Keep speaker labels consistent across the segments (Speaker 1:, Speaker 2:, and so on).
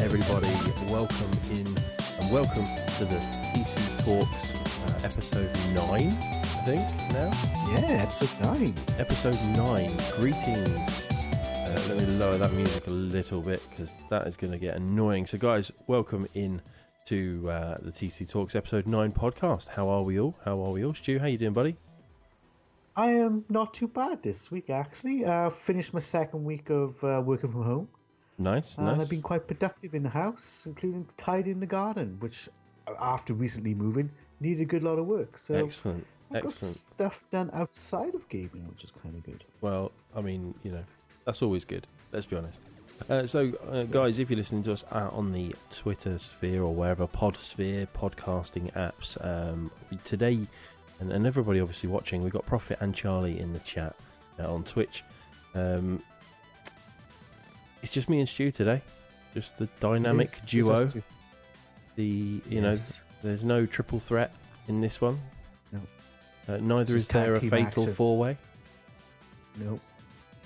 Speaker 1: everybody. Welcome in and welcome to the TC Talks uh, episode 9, I think, now.
Speaker 2: Yeah, episode nine.
Speaker 1: Episode 9. Greetings. Uh, let me lower that music a little bit because that is going to get annoying. So, guys, welcome in to uh, the TC Talks episode 9 podcast. How are we all? How are we all? Stu, how you doing, buddy?
Speaker 2: I am not too bad this week actually. Uh, finished my second week of uh, working from home,
Speaker 1: Nice,
Speaker 2: and
Speaker 1: nice.
Speaker 2: I've Uh, been quite productive in the house, including tidying the garden, which uh, after recently moving needed a good lot of work. So
Speaker 1: Excellent.
Speaker 2: uh, I've got
Speaker 1: Excellent.
Speaker 2: stuff done outside of gaming, which is kind of good.
Speaker 1: Well, I mean, you know, that's always good. Let's be honest. Uh, so, uh, guys, if you're listening to us out on the Twitter sphere or wherever, Podsphere, podcasting apps, um, today, and, and everybody obviously watching, we've got Profit and Charlie in the chat uh, on Twitch. Um, it's just me and Stu today. Just the dynamic
Speaker 2: It is-
Speaker 1: duo.
Speaker 2: it's us two.
Speaker 1: The you
Speaker 2: Yes.
Speaker 1: know, there's no triple threat in this one.
Speaker 2: No.
Speaker 1: Uh, neither
Speaker 2: This
Speaker 1: is
Speaker 2: is tag
Speaker 1: there a
Speaker 2: team
Speaker 1: fatal
Speaker 2: action.
Speaker 1: four way.
Speaker 2: No,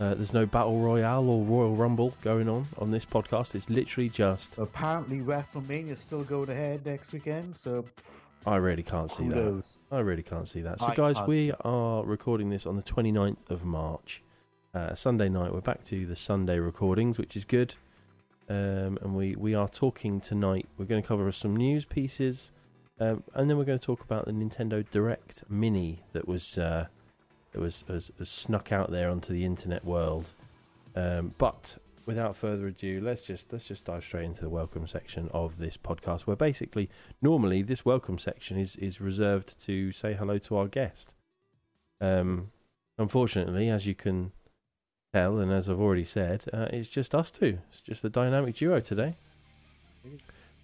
Speaker 1: Uh, there's no battle royale or royal rumble going on on this podcast. It's literally just
Speaker 2: apparently WrestleMania's still going ahead next weekend, so pff,
Speaker 1: I really can't see
Speaker 2: who
Speaker 1: that.
Speaker 2: knows?
Speaker 1: I really can't see that. So,
Speaker 2: I
Speaker 1: guys,
Speaker 2: can't
Speaker 1: we
Speaker 2: see-
Speaker 1: are recording this on the 29th of March, uh, Sunday night. We're back to the Sunday recordings, which is good. Um, and we, we are talking tonight. We're going to cover some news pieces, um, and then we're going to talk about the Nintendo Direct Mini that was uh, that was, was, was snuck out there onto the internet world. Um, but without further ado, let's just let's just dive straight into the welcome section of this podcast, where basically normally this welcome section is is reserved to say hello to our guest. Um, unfortunately, as you can tell, and as I've already said, uh, it's just us two. It's just the dynamic duo today.
Speaker 2: But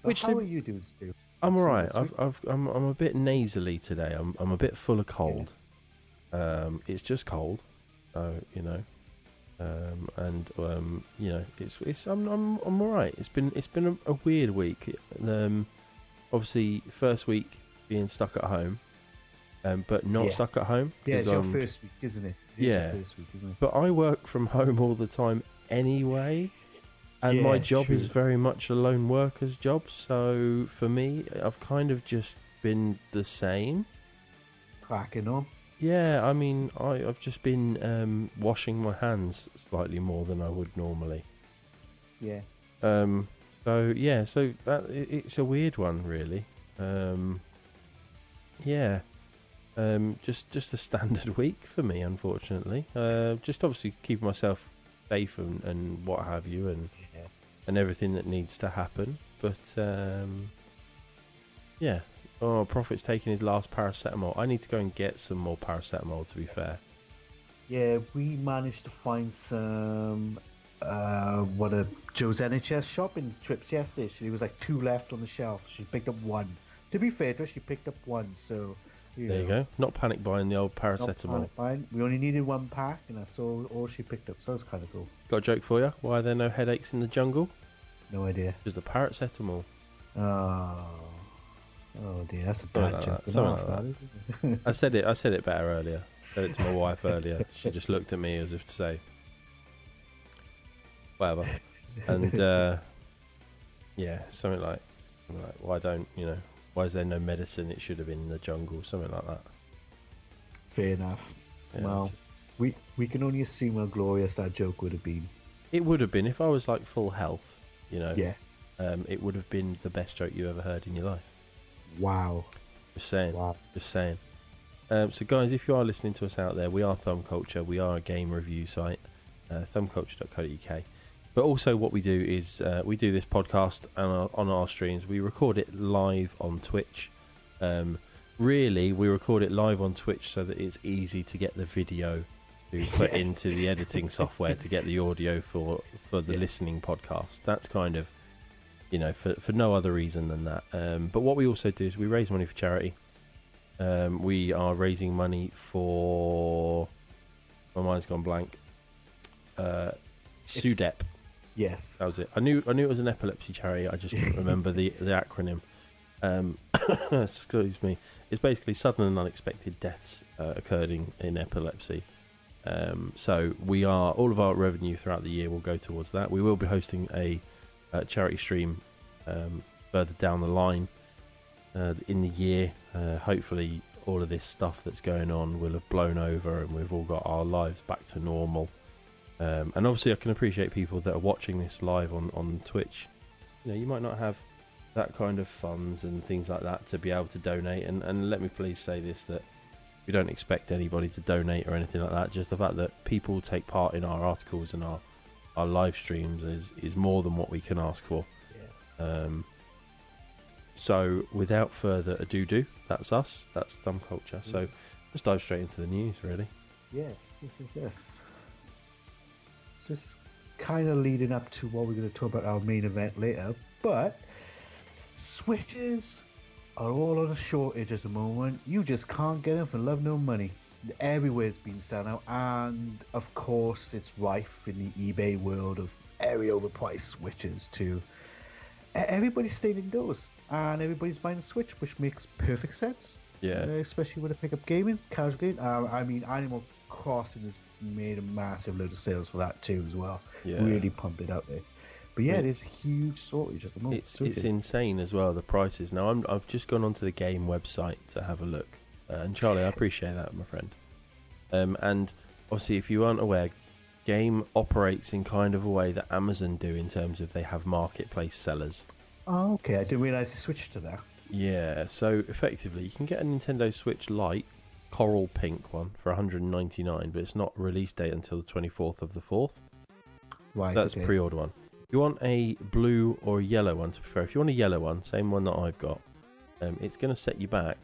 Speaker 1: Which
Speaker 2: how
Speaker 1: did-
Speaker 2: are you doing, Stu?
Speaker 1: I'm
Speaker 2: So
Speaker 1: all right.
Speaker 2: this
Speaker 1: I've,
Speaker 2: week-
Speaker 1: I've, I'm I'm a bit nasally today. I'm I'm a bit full of cold. Um, it's just cold, so you know, um, and um, you know, it's it's I'm I'm I'm all right. It's been it's been a, a weird week. Um, obviously first week being stuck at home, um, but not
Speaker 2: Yeah.
Speaker 1: stuck at home.
Speaker 2: Yeah,
Speaker 1: 'cause
Speaker 2: it's your
Speaker 1: I'm-
Speaker 2: first week, isn't it? It is your
Speaker 1: um, Yeah.
Speaker 2: first week, isn't it?
Speaker 1: But I work from home all the time anyway, and my
Speaker 2: Yeah,
Speaker 1: job is
Speaker 2: true.
Speaker 1: very much a lone worker's job. So for me, I've kind of just been the same.
Speaker 2: Cracking on.
Speaker 1: Yeah, I mean, I, I've just been um, washing my hands slightly more than I would normally.
Speaker 2: Yeah.
Speaker 1: Um, so yeah, so that it, it's a weird one, really. Um, yeah, um, just just a standard week for me, unfortunately. Uh, just obviously keeping myself safe and, and what have you, and
Speaker 2: Yeah.
Speaker 1: and everything that needs to happen. But um, yeah, oh, Prophet's taking his last paracetamol. I need to go and get some more paracetamol. To be fair,
Speaker 2: Yeah, we managed to find some uh what a Joe's NHS shopping trips yesterday. She there was like two left on the shelf. She picked up one. To be fair to her, she picked up one, so you
Speaker 1: there
Speaker 2: know,
Speaker 1: you go. Not panic buying the old
Speaker 2: not
Speaker 1: paracetamol.
Speaker 2: panic buying. We only needed one pack and that's all all she picked up, so that's kinda cool.
Speaker 1: Got a joke for you? Why are there no headaches in the jungle?
Speaker 2: No idea.
Speaker 1: Because the paracetamol.
Speaker 2: Oh, oh dear, that's a
Speaker 1: Something
Speaker 2: bad
Speaker 1: like
Speaker 2: joke.
Speaker 1: that,
Speaker 2: Enough
Speaker 1: something like
Speaker 2: that,
Speaker 1: that.
Speaker 2: isn't it?
Speaker 1: I said it. I said it better earlier. I said it to my wife earlier. She just looked at me as if to say, "Whatever," and uh, yeah, something like, something like, "Why don't you know? Why is there no medicine? It should have been in the jungle." Something like that.
Speaker 2: Fair enough.
Speaker 1: Yeah,
Speaker 2: well, we we can only assume how glorious that joke would have been.
Speaker 1: It would have been if I was like full health. You know,
Speaker 2: Yeah.
Speaker 1: um, it would have been the best joke you ever heard in your life.
Speaker 2: Wow.
Speaker 1: Just saying.
Speaker 2: Wow.
Speaker 1: Just saying. Um, so, guys, if you are listening to us out there, we are Thumb Culture. We are a game review site, uh, thumbculture.co.uk. But also, what we do is uh, we do this podcast and our, on our streams. We record it live on Twitch. Um, really, we record it live on Twitch so that it's easy to get the video to put
Speaker 2: Yes.
Speaker 1: into the editing software to get the audio for for the
Speaker 2: Yeah.
Speaker 1: listening podcast. That's kind of you know for for no other reason than that. Um, but what we also do is we raise money for charity. Um, we are raising money for. My mind's gone blank. Uh, SUDEP.
Speaker 2: Yes.
Speaker 1: That was it. I knew I knew it was an epilepsy charity. I just couldn't remember the the acronym. Um, excuse me. It's basically sudden and unexpected deaths uh, occurring in epilepsy. Um, so we are all of our revenue throughout the year will go towards that. We will be hosting a uh, charity stream um, further down the line uh, in the year. Uh, hopefully, all of this stuff that's going on will have blown over and we've all got our lives back to normal. Um, and obviously, I can appreciate people that are watching this live on, on Twitch. You know, you might not have that kind of funds and things like that to be able to donate. And, and let me please say this that we don't expect anybody to donate or anything like that. Just the fact that people take part in our articles and our, our live streams is, is more than what we can ask for. Um, so, without further ado, do that's us. That's thumb culture. So, let's dive straight into the news. Really,
Speaker 2: Yes, yes, yes, yes. So it's kind of leading up to what we're going to talk about our main event later, but switches are all on a shortage at the moment. You just can't get them for love nor money. Everywhere's been selling out, and of course, it's rife in the eBay world of area overpriced switches too. E- Everybody's staying indoors, and everybody's buying a Switch, which makes perfect sense.
Speaker 1: yeah,
Speaker 2: Uh, especially with a pickup gaming, casual gaming. Uh, I mean, Animal Crossing has made a massive load of sales for that too as well.
Speaker 1: yeah.
Speaker 2: Really pumped it out there. But yeah,
Speaker 1: Yeah.
Speaker 2: there's a huge shortage at the moment.
Speaker 1: It's
Speaker 2: So it
Speaker 1: it's
Speaker 2: is.
Speaker 1: insane as well the prices. Now, I'm, I've just gone onto the game website to have a look, uh, and Charlie, I appreciate that, my friend. Um, and obviously, if you aren't aware, game operates in kind of a way that Amazon do in terms of they have marketplace sellers.
Speaker 2: Oh, okay. I didn't realize they switched to that.
Speaker 1: Yeah, so effectively, you can get a Nintendo Switch Lite coral pink one for 199, but it's not release date until the 24th of the 4th.
Speaker 2: Right.
Speaker 1: That's
Speaker 2: okay.
Speaker 1: pre-order one. If you want a blue or a yellow one to prefer, if you want a yellow one, same one that I've got, um, it's going to set you back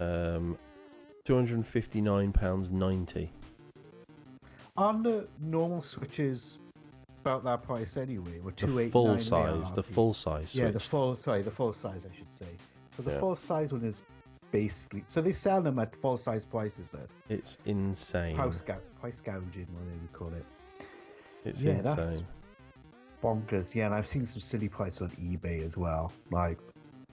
Speaker 1: um, 259 pounds 90.
Speaker 2: On the normal switches, about that price anyway. Were two
Speaker 1: The
Speaker 2: eight
Speaker 1: full
Speaker 2: nine they are,
Speaker 1: size, the
Speaker 2: aren't they?
Speaker 1: full size
Speaker 2: Yeah, the
Speaker 1: Switch.
Speaker 2: full. Sorry, the full size. I should say. So the
Speaker 1: Yeah.
Speaker 2: full size one is basically. So they sell them at full size prices then.
Speaker 1: It's insane.
Speaker 2: Price, gou- price gouging, whatever you call it.
Speaker 1: It's
Speaker 2: yeah,
Speaker 1: insane.
Speaker 2: that's- bonkers. Yeah, and I've seen some silly prices on eBay as well. Like,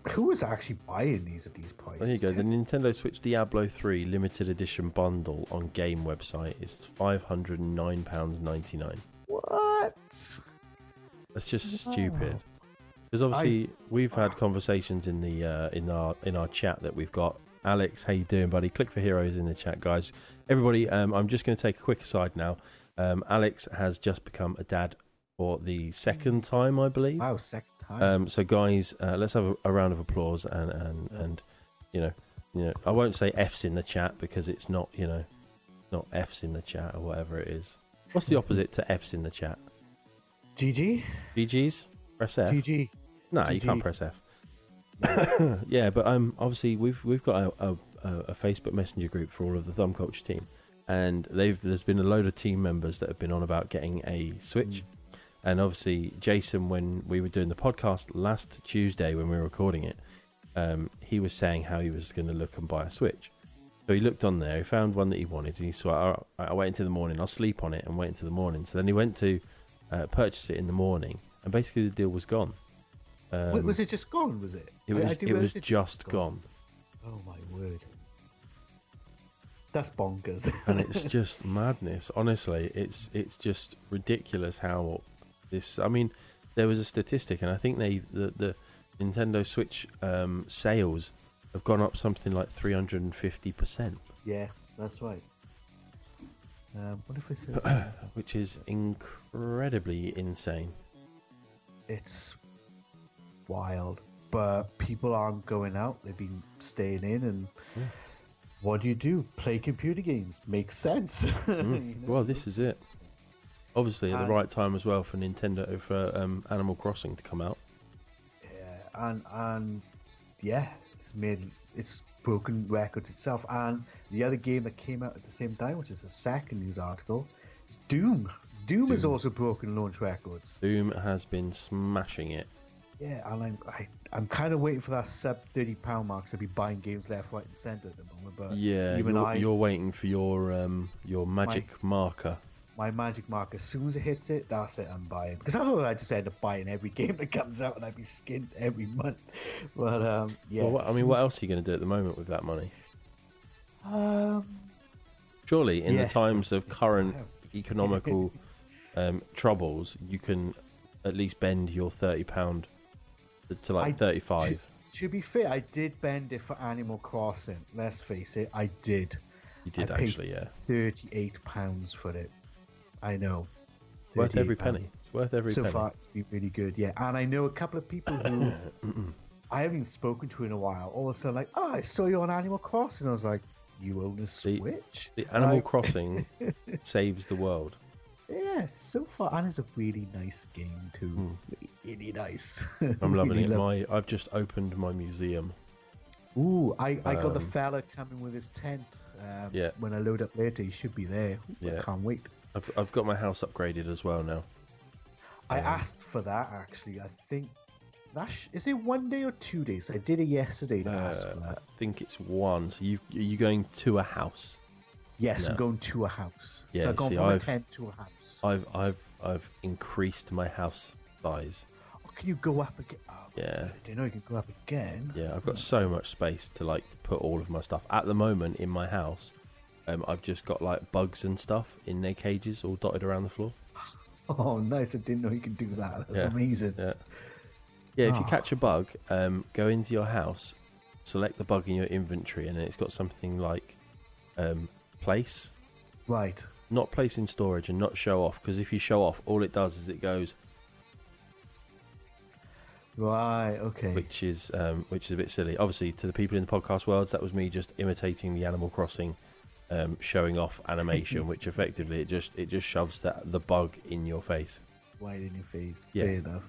Speaker 2: who is actually buying these at these prices?
Speaker 1: There you go. The
Speaker 2: Ten-
Speaker 1: Nintendo Switch Diablo 3 limited edition bundle on game website is 509 pounds 99.
Speaker 2: What?
Speaker 1: That's just
Speaker 2: Wow.
Speaker 1: stupid. Because obviously we've had conversations in the uh, in our in our chat that we've got. Alex, how you doing, buddy? Click for heroes in the chat, guys. Everybody, um, I'm just going to take a quick aside now. Um, Alex has just become a dad for the second time, I believe.
Speaker 2: Wow, second time.
Speaker 1: Um, so, guys, uh, let's have a, a round of applause and and and you know, you know, I won't say f's in the chat because it's not you know, not f's in the chat or whatever it is. What's the opposite to f's in the chat?
Speaker 2: GG?
Speaker 1: GGs, press F.
Speaker 2: GG.
Speaker 1: No, you can't
Speaker 2: GG.
Speaker 1: press F. yeah, but um, obviously we've we've got a, a, a Facebook Messenger group for all of the Thumb Culture team, and they've there's been a load of team members that have been on about getting a Switch, and obviously Jason, when we were doing the podcast last Tuesday when we were recording it, um, he was saying how he was going to look and buy a Switch. So he looked on there, he found one that he wanted, and he said, "All right, "I wait until the morning. I'll sleep on it and wait until the morning." So then he went to uh, purchase it in the morning, and basically the deal was gone.
Speaker 2: Wa-
Speaker 1: Um,
Speaker 2: was it just gone? Was it?
Speaker 1: it
Speaker 2: I- I
Speaker 1: was,
Speaker 2: didn't
Speaker 1: it was
Speaker 2: realise it
Speaker 1: just gone.
Speaker 2: Oh my word. That's bonkers.
Speaker 1: and it's just madness. Honestly, it's it's just ridiculous how this. I mean, there was a statistic, and I think they the, the Nintendo Switch um, sales have gone up something like three hundred and fifty percent,
Speaker 2: yeah, that's right. Um, what if it says
Speaker 1: which is incredibly insane.
Speaker 2: it's wild. But people aren't going out; they've been staying in, and
Speaker 1: Yeah.
Speaker 2: what do you do? Play computer games. Makes sense.
Speaker 1: Mm.
Speaker 2: You know?
Speaker 1: Well, this is it. Obviously, at the
Speaker 2: And-
Speaker 1: right time as well for Nintendo for um, Animal Crossing to come out.
Speaker 2: Yeah, and and yeah, it's made it's broken records itself. And the other game that came out at the same time, which is the second news article, is Doom. Doom, has
Speaker 1: Doom.
Speaker 2: also broken launch records.
Speaker 1: Doom has been smashing it.
Speaker 2: Yeah, and I'm I, I'm kind of waiting for that sub thirty pound mark to be buying games left, right, and centre at the moment. But
Speaker 1: Yeah,
Speaker 2: even
Speaker 1: you're,
Speaker 2: I,
Speaker 1: you're waiting for your um, your magic marker.
Speaker 2: my magic mark, as soon as it hits it, that's it. I'm buying because I know I just end up buying every game that comes out, and I'd be skinned every month. But um, yeah,
Speaker 1: well, what, I
Speaker 2: as
Speaker 1: mean,
Speaker 2: soon
Speaker 1: what
Speaker 2: as-
Speaker 1: else are you going to do at the moment with that money?
Speaker 2: Um,
Speaker 1: Surely, in
Speaker 2: Yeah.
Speaker 1: the times of current
Speaker 2: Wow.
Speaker 1: economical um, troubles, you can at least bend your thirty pound to, to like
Speaker 2: I-
Speaker 1: 35.
Speaker 2: To be fair, I did bend it for Animal Crossing. Let's face it, I did.
Speaker 1: You did
Speaker 2: I paid
Speaker 1: actually, yeah.
Speaker 2: Thirty-eight pounds for it. I know.
Speaker 1: Worth every
Speaker 2: 38
Speaker 1: penny. It's worth every
Speaker 2: so
Speaker 1: penny.
Speaker 2: far, it's been really good. Yeah, and I know a couple of people who I haven't even spoken to in a while. All of a sudden, like, oh, I saw you on Animal Crossing. I was like, you own a
Speaker 1: The-
Speaker 2: Switch?
Speaker 1: The Animal
Speaker 2: Like,
Speaker 1: Crossing saves the world.
Speaker 2: yeah, so far, and it's a really nice game too. Really nice.
Speaker 1: Hmm. I'm loving
Speaker 2: Really
Speaker 1: it.
Speaker 2: love-
Speaker 1: My I've just opened my museum.
Speaker 2: Ooh, I, I got the
Speaker 1: Um,
Speaker 2: fella coming with his tent. Um,
Speaker 1: Yeah.
Speaker 2: When I load up later, he should be there. Ooh,
Speaker 1: Yeah.
Speaker 2: I can't wait.
Speaker 1: I've I've got my house upgraded as well now.
Speaker 2: I
Speaker 1: Um,
Speaker 2: asked for that actually. I think that sh- is it one day or two days. I did it yesterday to ask
Speaker 1: Uh,
Speaker 2: for
Speaker 1: I
Speaker 2: that.
Speaker 1: think it's one. So you are you going to a house?
Speaker 2: Yes,
Speaker 1: no.
Speaker 2: I'm going to a house.
Speaker 1: Yeah,
Speaker 2: so I'm going
Speaker 1: see,
Speaker 2: from
Speaker 1: I've-
Speaker 2: a tent to a house. Oh,
Speaker 1: I've I've I've increased my house size.
Speaker 2: Oh, can you go up again? Oh,
Speaker 1: Yeah.
Speaker 2: I didn't know you can go up again.
Speaker 1: Yeah, I've got so much space to like put all of my stuff. At the moment in my house, um, I've just got like bugs and stuff in their cages all dotted around the floor.
Speaker 2: Oh, nice! I didn't know you could do that. That's
Speaker 1: Yeah.
Speaker 2: amazing.
Speaker 1: Yeah. Yeah, if you
Speaker 2: Ah.
Speaker 1: catch a bug, um, go into your house, select the bug in your inventory, and then it's got something like um, place,
Speaker 2: Right.
Speaker 1: not place in storage, and not show off. Because if you show off, all it does is it goes,
Speaker 2: Right. Okay.
Speaker 1: which is um, which is a bit silly. Obviously, to the people in the podcast world, that was me just imitating the Animal Crossing, um, showing off animation, which effectively it just it just shoves that the bug in your face.
Speaker 2: Wide in your face.
Speaker 1: Yeah.
Speaker 2: Fair enough.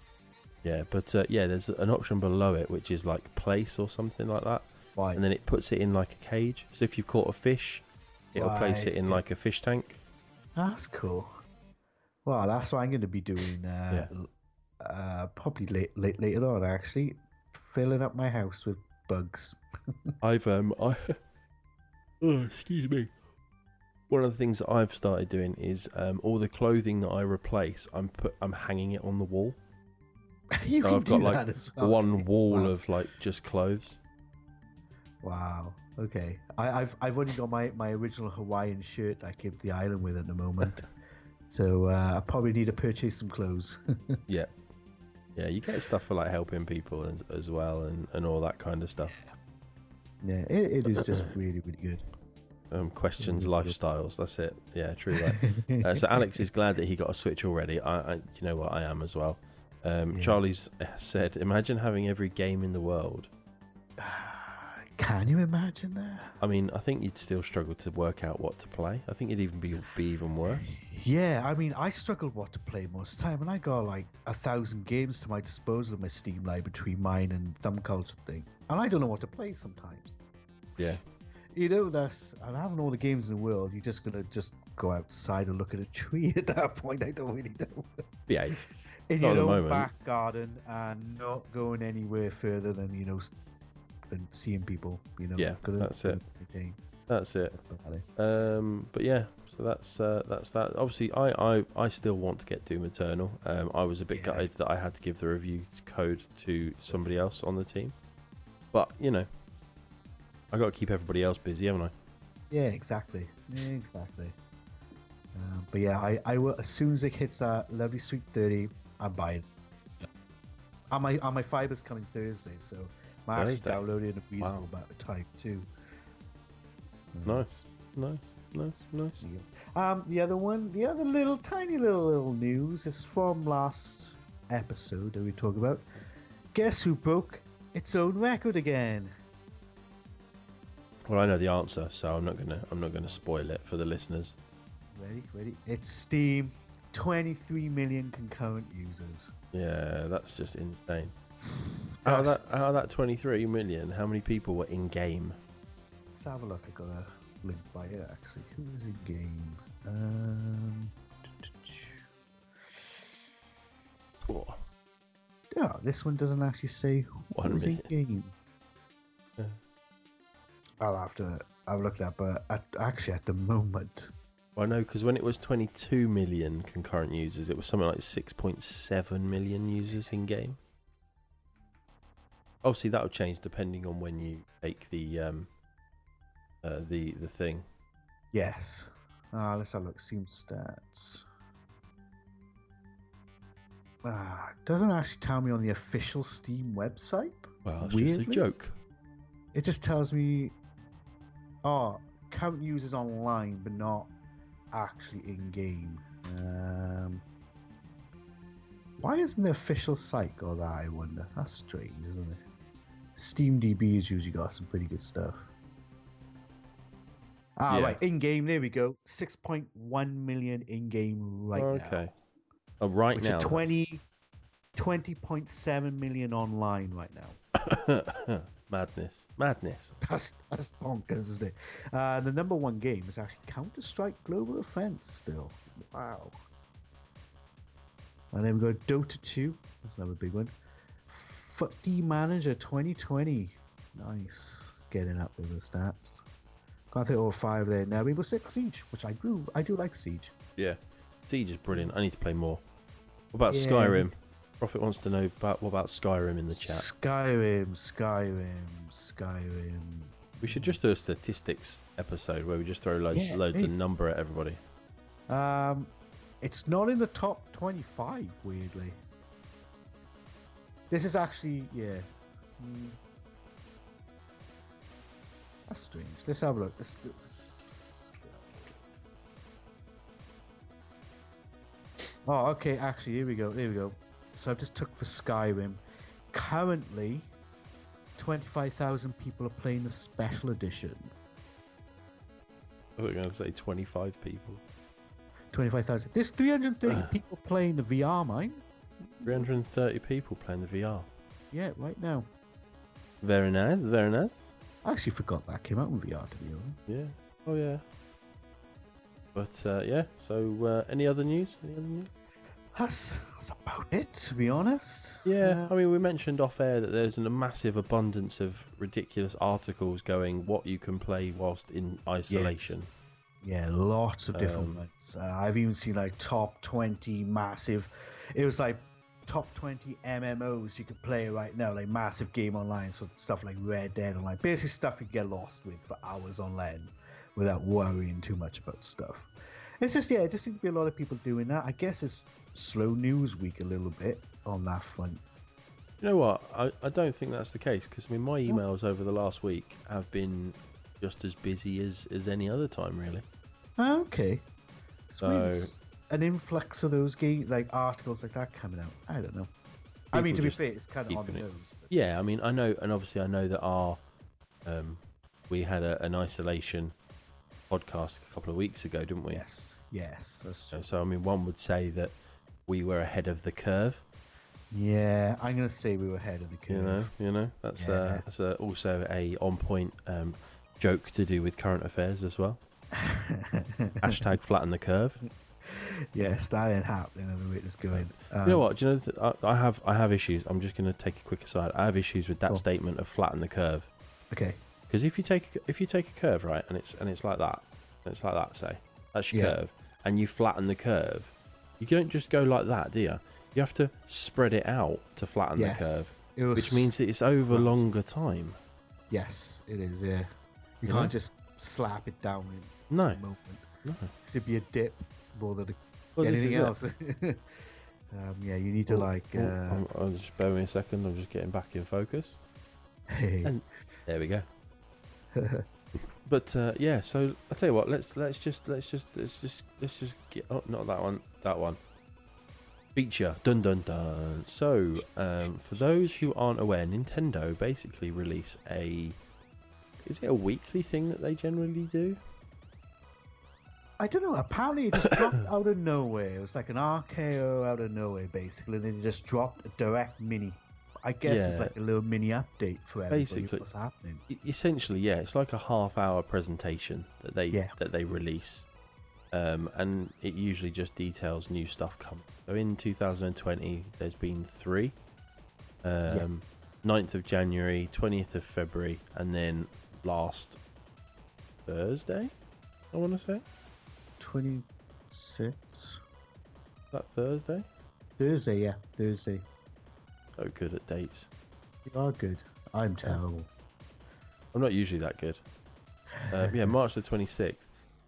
Speaker 1: Yeah, but uh, yeah, there's an option below it which is like place or something like that.
Speaker 2: Right.
Speaker 1: and then it puts it in like a cage. So if you've caught a fish, it'll place
Speaker 2: Right,
Speaker 1: it in
Speaker 2: yeah.
Speaker 1: like a fish tank.
Speaker 2: That's cool. Well, that's what I'm going to be doing. Uh,
Speaker 1: Yeah.
Speaker 2: l- uh, probably late, late, later on. Actually, filling up my house with bugs.
Speaker 1: I've um, I, oh, excuse me. One of the things that I've started doing is um, all the clothing that I replace, I'm put, I'm hanging it on the wall.
Speaker 2: you
Speaker 1: So
Speaker 2: can
Speaker 1: Oh, I've
Speaker 2: do
Speaker 1: got like
Speaker 2: that as well.
Speaker 1: One wall
Speaker 2: Wow.
Speaker 1: of like just clothes.
Speaker 2: Wow. Okay. I, I've I've only got my, my original Hawaiian shirt I came to the island with at the moment, so uh, I probably need to purchase some clothes.
Speaker 1: Yeah, yeah. You get stuff for like helping people as, as well, and, and all that kind of stuff.
Speaker 2: yeah, it, it is just really really good.
Speaker 1: Um, questions, lifestyles. That's it. Yeah, true. That. uh, so Alex is glad that he got a Switch already. I, I you know what, I am as well. Um,
Speaker 2: Yeah.
Speaker 1: Charlie's said, imagine having every game in the world.
Speaker 2: Can you imagine that?
Speaker 1: I mean, I think you'd still struggle to work out what to play. I think it'd even be be even worse.
Speaker 2: Yeah, I mean, I struggled what to play most of the time, and I got like a thousand games to my disposal in my Steam library between mine and Thumb Culture thing, and I don't know what to play sometimes.
Speaker 1: Yeah,
Speaker 2: You know, that's and having all the games in the world, you're just gonna just go outside and look at a tree at that point. I don't really know.
Speaker 1: behave.
Speaker 2: In
Speaker 1: Not at
Speaker 2: your
Speaker 1: the
Speaker 2: own
Speaker 1: moment.
Speaker 2: back garden and not going anywhere further than you know, s- than seeing people. You know,
Speaker 1: Yeah,
Speaker 2: gonna-
Speaker 1: that's it.
Speaker 2: Okay,
Speaker 1: That's it.
Speaker 2: about it.
Speaker 1: Um, but yeah, so that's uh, that's that. Obviously, I, I, I still want to get Doom Eternal. Um, I was a bit
Speaker 2: Yeah.
Speaker 1: gutted that I had to give the review code to somebody else on the team, but you know, I got to keep everybody else busy, haven't I?
Speaker 2: Yeah, exactly. Yeah, exactly. Um, but yeah, I, I will as soon as it hits that lovely sweet thirty, I'm buying. And my and my fiber's coming Thursday, so I'm actually
Speaker 1: Thursday?
Speaker 2: downloading it in a reasonable
Speaker 1: Wow.
Speaker 2: amount of time too. Mm.
Speaker 1: Nice, nice, nice, nice.
Speaker 2: Um, the other one, the other little tiny little little news is from last episode that we talked about. Guess who broke its own record again?
Speaker 1: Well, I know the answer, so I'm not gonna I'm not gonna spoil it for the listeners.
Speaker 2: Ready, ready? It's Steam, 23 million concurrent users.
Speaker 1: Yeah, that's just insane. Out of that,
Speaker 2: That's-
Speaker 1: out of that 23 million, how many people were in game?
Speaker 2: Let's have a look. I got a link by it actually. Who is in game? Um,
Speaker 1: Poor.
Speaker 2: yeah, this one doesn't actually say who
Speaker 1: One
Speaker 2: was in
Speaker 1: minute.
Speaker 2: game.
Speaker 1: Yeah.
Speaker 2: I'll have to have a look at that. But at, actually, at the moment,
Speaker 1: I know because when it was 22 million concurrent users, it was something like 6.7 million users in game. Obviously, that'll change depending on when you take the um, uh, the the thing.
Speaker 2: yes. Ah, Uh, let's have a look. Steam stats. Ah, it doesn't actually tell me on the official Steam website.
Speaker 1: Well, that's just a
Speaker 2: Weirdly.
Speaker 1: joke.
Speaker 2: It just tells me, oh, count users online, but not actually in game. Um, why isn't the official site got that? I wonder. That's strange, isn't it? SteamDB has usually got some pretty good stuff. Ah,
Speaker 1: Yeah.
Speaker 2: right, in game. There we go. Six point one million in game right now.
Speaker 1: Oh, okay. Oh, right
Speaker 2: Which
Speaker 1: now.
Speaker 2: are
Speaker 1: that's-
Speaker 2: 20, 20.7 million online right now.
Speaker 1: madness. Madness.
Speaker 2: That's that's bonkers, isn't it? Uh, the number one game is actually Counter Strike Global Offense still. Wow. And then we've got Dota 2. That's another big one. Footy Manager 2020. Nice. It's getting up with the stats. Got think all five there now. Rainbow Six Siege, which I do I do like Siege.
Speaker 1: Yeah. Siege is brilliant. I need to play more. What about
Speaker 2: Yeah,
Speaker 1: Skyrim? Prophet wants to know about what about Skyrim in the chat.
Speaker 2: Skyrim, Skyrim, Skyrim.
Speaker 1: We should just do a statistics episode where we just throw loads,
Speaker 2: Yeah,
Speaker 1: loads of
Speaker 2: hey.
Speaker 1: number at everybody.
Speaker 2: Um, it's not in the top 25, weirdly. This is actually, yeah. Hmm. That's strange. Let's have a look. Let's do- Oh, okay. Actually, here we go. Here we go. So I just took for Skyrim. Currently, 25,000 people are playing the special edition.
Speaker 1: I was going to say 25 people.
Speaker 2: 25,000. There's 330 people playing the VR mine.
Speaker 1: 330 people playing the VR.
Speaker 2: Yeah, right now.
Speaker 1: Very nice, very nice.
Speaker 2: I actually forgot that came out in VR to be honest.
Speaker 1: Yeah. Oh, yeah. But, uh, yeah, so uh, any other news? Any other news?
Speaker 2: That's, that's about it, to be honest.
Speaker 1: Yeah,
Speaker 2: Uh,
Speaker 1: I mean, we mentioned off air that there's an- a massive abundance of ridiculous articles going what you can play whilst in isolation.
Speaker 2: yeah, lots of different
Speaker 1: Um,
Speaker 2: ones. Uh, I've even seen like top 20 massive. It was like top 20 MMOs you could play right now, like massive game online. So stuff like Red Dead Online. Basically, stuff you get lost with for hours online without worrying too much about stuff. It's just, yeah, it just seems to be a lot of people doing that. I guess it's slow news week a little bit on that front.
Speaker 1: You know what? I, I don't think that's the case because, I mean, my emails over the last week have been just as busy as, as any other time, really.
Speaker 2: Ah, okay. It's weird.
Speaker 1: So-
Speaker 2: It's an influx of those game like articles like that coming out. I don't know. I mean,
Speaker 1: People
Speaker 2: to be
Speaker 1: just
Speaker 2: fair, it's kind of on the
Speaker 1: keeping it.
Speaker 2: nose. But
Speaker 1: Yeah, I mean, I know, and obviously, I know that our um, we had a, an isolation podcast a couple of weeks ago, didn't we?
Speaker 2: yes, yes, that's true.
Speaker 1: So, so, I mean, one would say that we were ahead of the curve.
Speaker 2: Yeah, I'm gonna say we were ahead of the curve.
Speaker 1: You know, you know, that's uh,
Speaker 2: Yeah.
Speaker 1: that's uh, also a on point um, joke to do with current affairs as well. Hashtag flatten the curve.
Speaker 2: Yes, that ain't happening. And the way it's going. Um,
Speaker 1: you know what? Do you know? Th- I, I have I have issues. I'm just going to take a quick aside. I have issues with that
Speaker 2: Go on.
Speaker 1: statement of flatten the curve.
Speaker 2: Um, Okay.
Speaker 1: Because if you take if you take a curve right, and it's and it's like that, and it's like that, say that's your
Speaker 2: Yeah.
Speaker 1: curve, and you flatten the curve, you don't just go like that, do you? You have to spread it out to flatten
Speaker 2: Yes.
Speaker 1: the curve,
Speaker 2: It was,
Speaker 1: which means that it's over longer time.
Speaker 2: yes, it is. Yeah, you
Speaker 1: You know?
Speaker 2: can't just slap it down in
Speaker 1: No,
Speaker 2: a moment.
Speaker 1: no.
Speaker 2: it it'd be a dip more than a,
Speaker 1: Well, this is
Speaker 2: anything
Speaker 1: it.
Speaker 2: else. um, yeah, you need to like.
Speaker 1: Oh,
Speaker 2: Uh,
Speaker 1: I'm- I'll just bear me a second. I'm just getting back in focus. and- There we go. But uh, yeah, so I tell you what, let's let's just let's just let's just let's just get oh not that one that one. Feature dun dun dun. So um, for those who aren't aware, Nintendo basically release a is it a weekly thing that they generally do?
Speaker 2: I don't know. Apparently, it just dropped out of nowhere. It was like an RKO out of nowhere, basically. And then it just dropped a direct mini. I guess
Speaker 1: Yeah.
Speaker 2: it's like a little mini update for everybody.
Speaker 1: Basically.
Speaker 2: what's happening?
Speaker 1: E- Essentially, yeah, it's like a half hour presentation that they
Speaker 2: Yeah.
Speaker 1: that they release. Um, and it usually just details new stuff coming. So in 2020, there's been three. Um,
Speaker 2: Yes.
Speaker 1: 9th of January, 20th of February, and then last Thursday, I want to say.
Speaker 2: Twenty six
Speaker 1: That Thursday?
Speaker 2: Thursday, yeah, Thursday.
Speaker 1: So good at dates.
Speaker 2: You are good. I'm terrible.
Speaker 1: I'm not usually that good. Uh, yeah, March the 26th.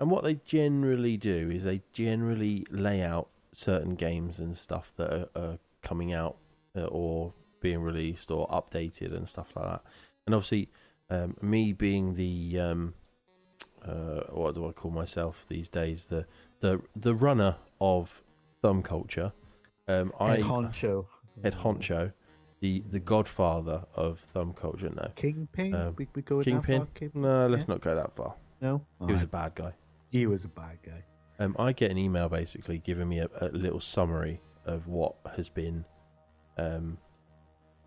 Speaker 1: And what they generally do is they generally lay out certain games and stuff that are, are coming out uh, or being released or updated and stuff like that. And obviously, um, me being the um, uh, what do I call myself these days? The the the runner of thumb culture. Um, I
Speaker 2: Head honcho.
Speaker 1: head honcho, the the godfather of thumb culture. No,
Speaker 2: Kingpin?
Speaker 1: Um,
Speaker 2: we, we go with
Speaker 1: Kingpin?
Speaker 2: That far? Kingpin?
Speaker 1: no, let's not go that far.
Speaker 2: No?
Speaker 1: he was
Speaker 2: Alright.
Speaker 1: a bad guy.
Speaker 2: he was a bad guy.
Speaker 1: Um, I get an email basically giving me a, a little summary of what has been um,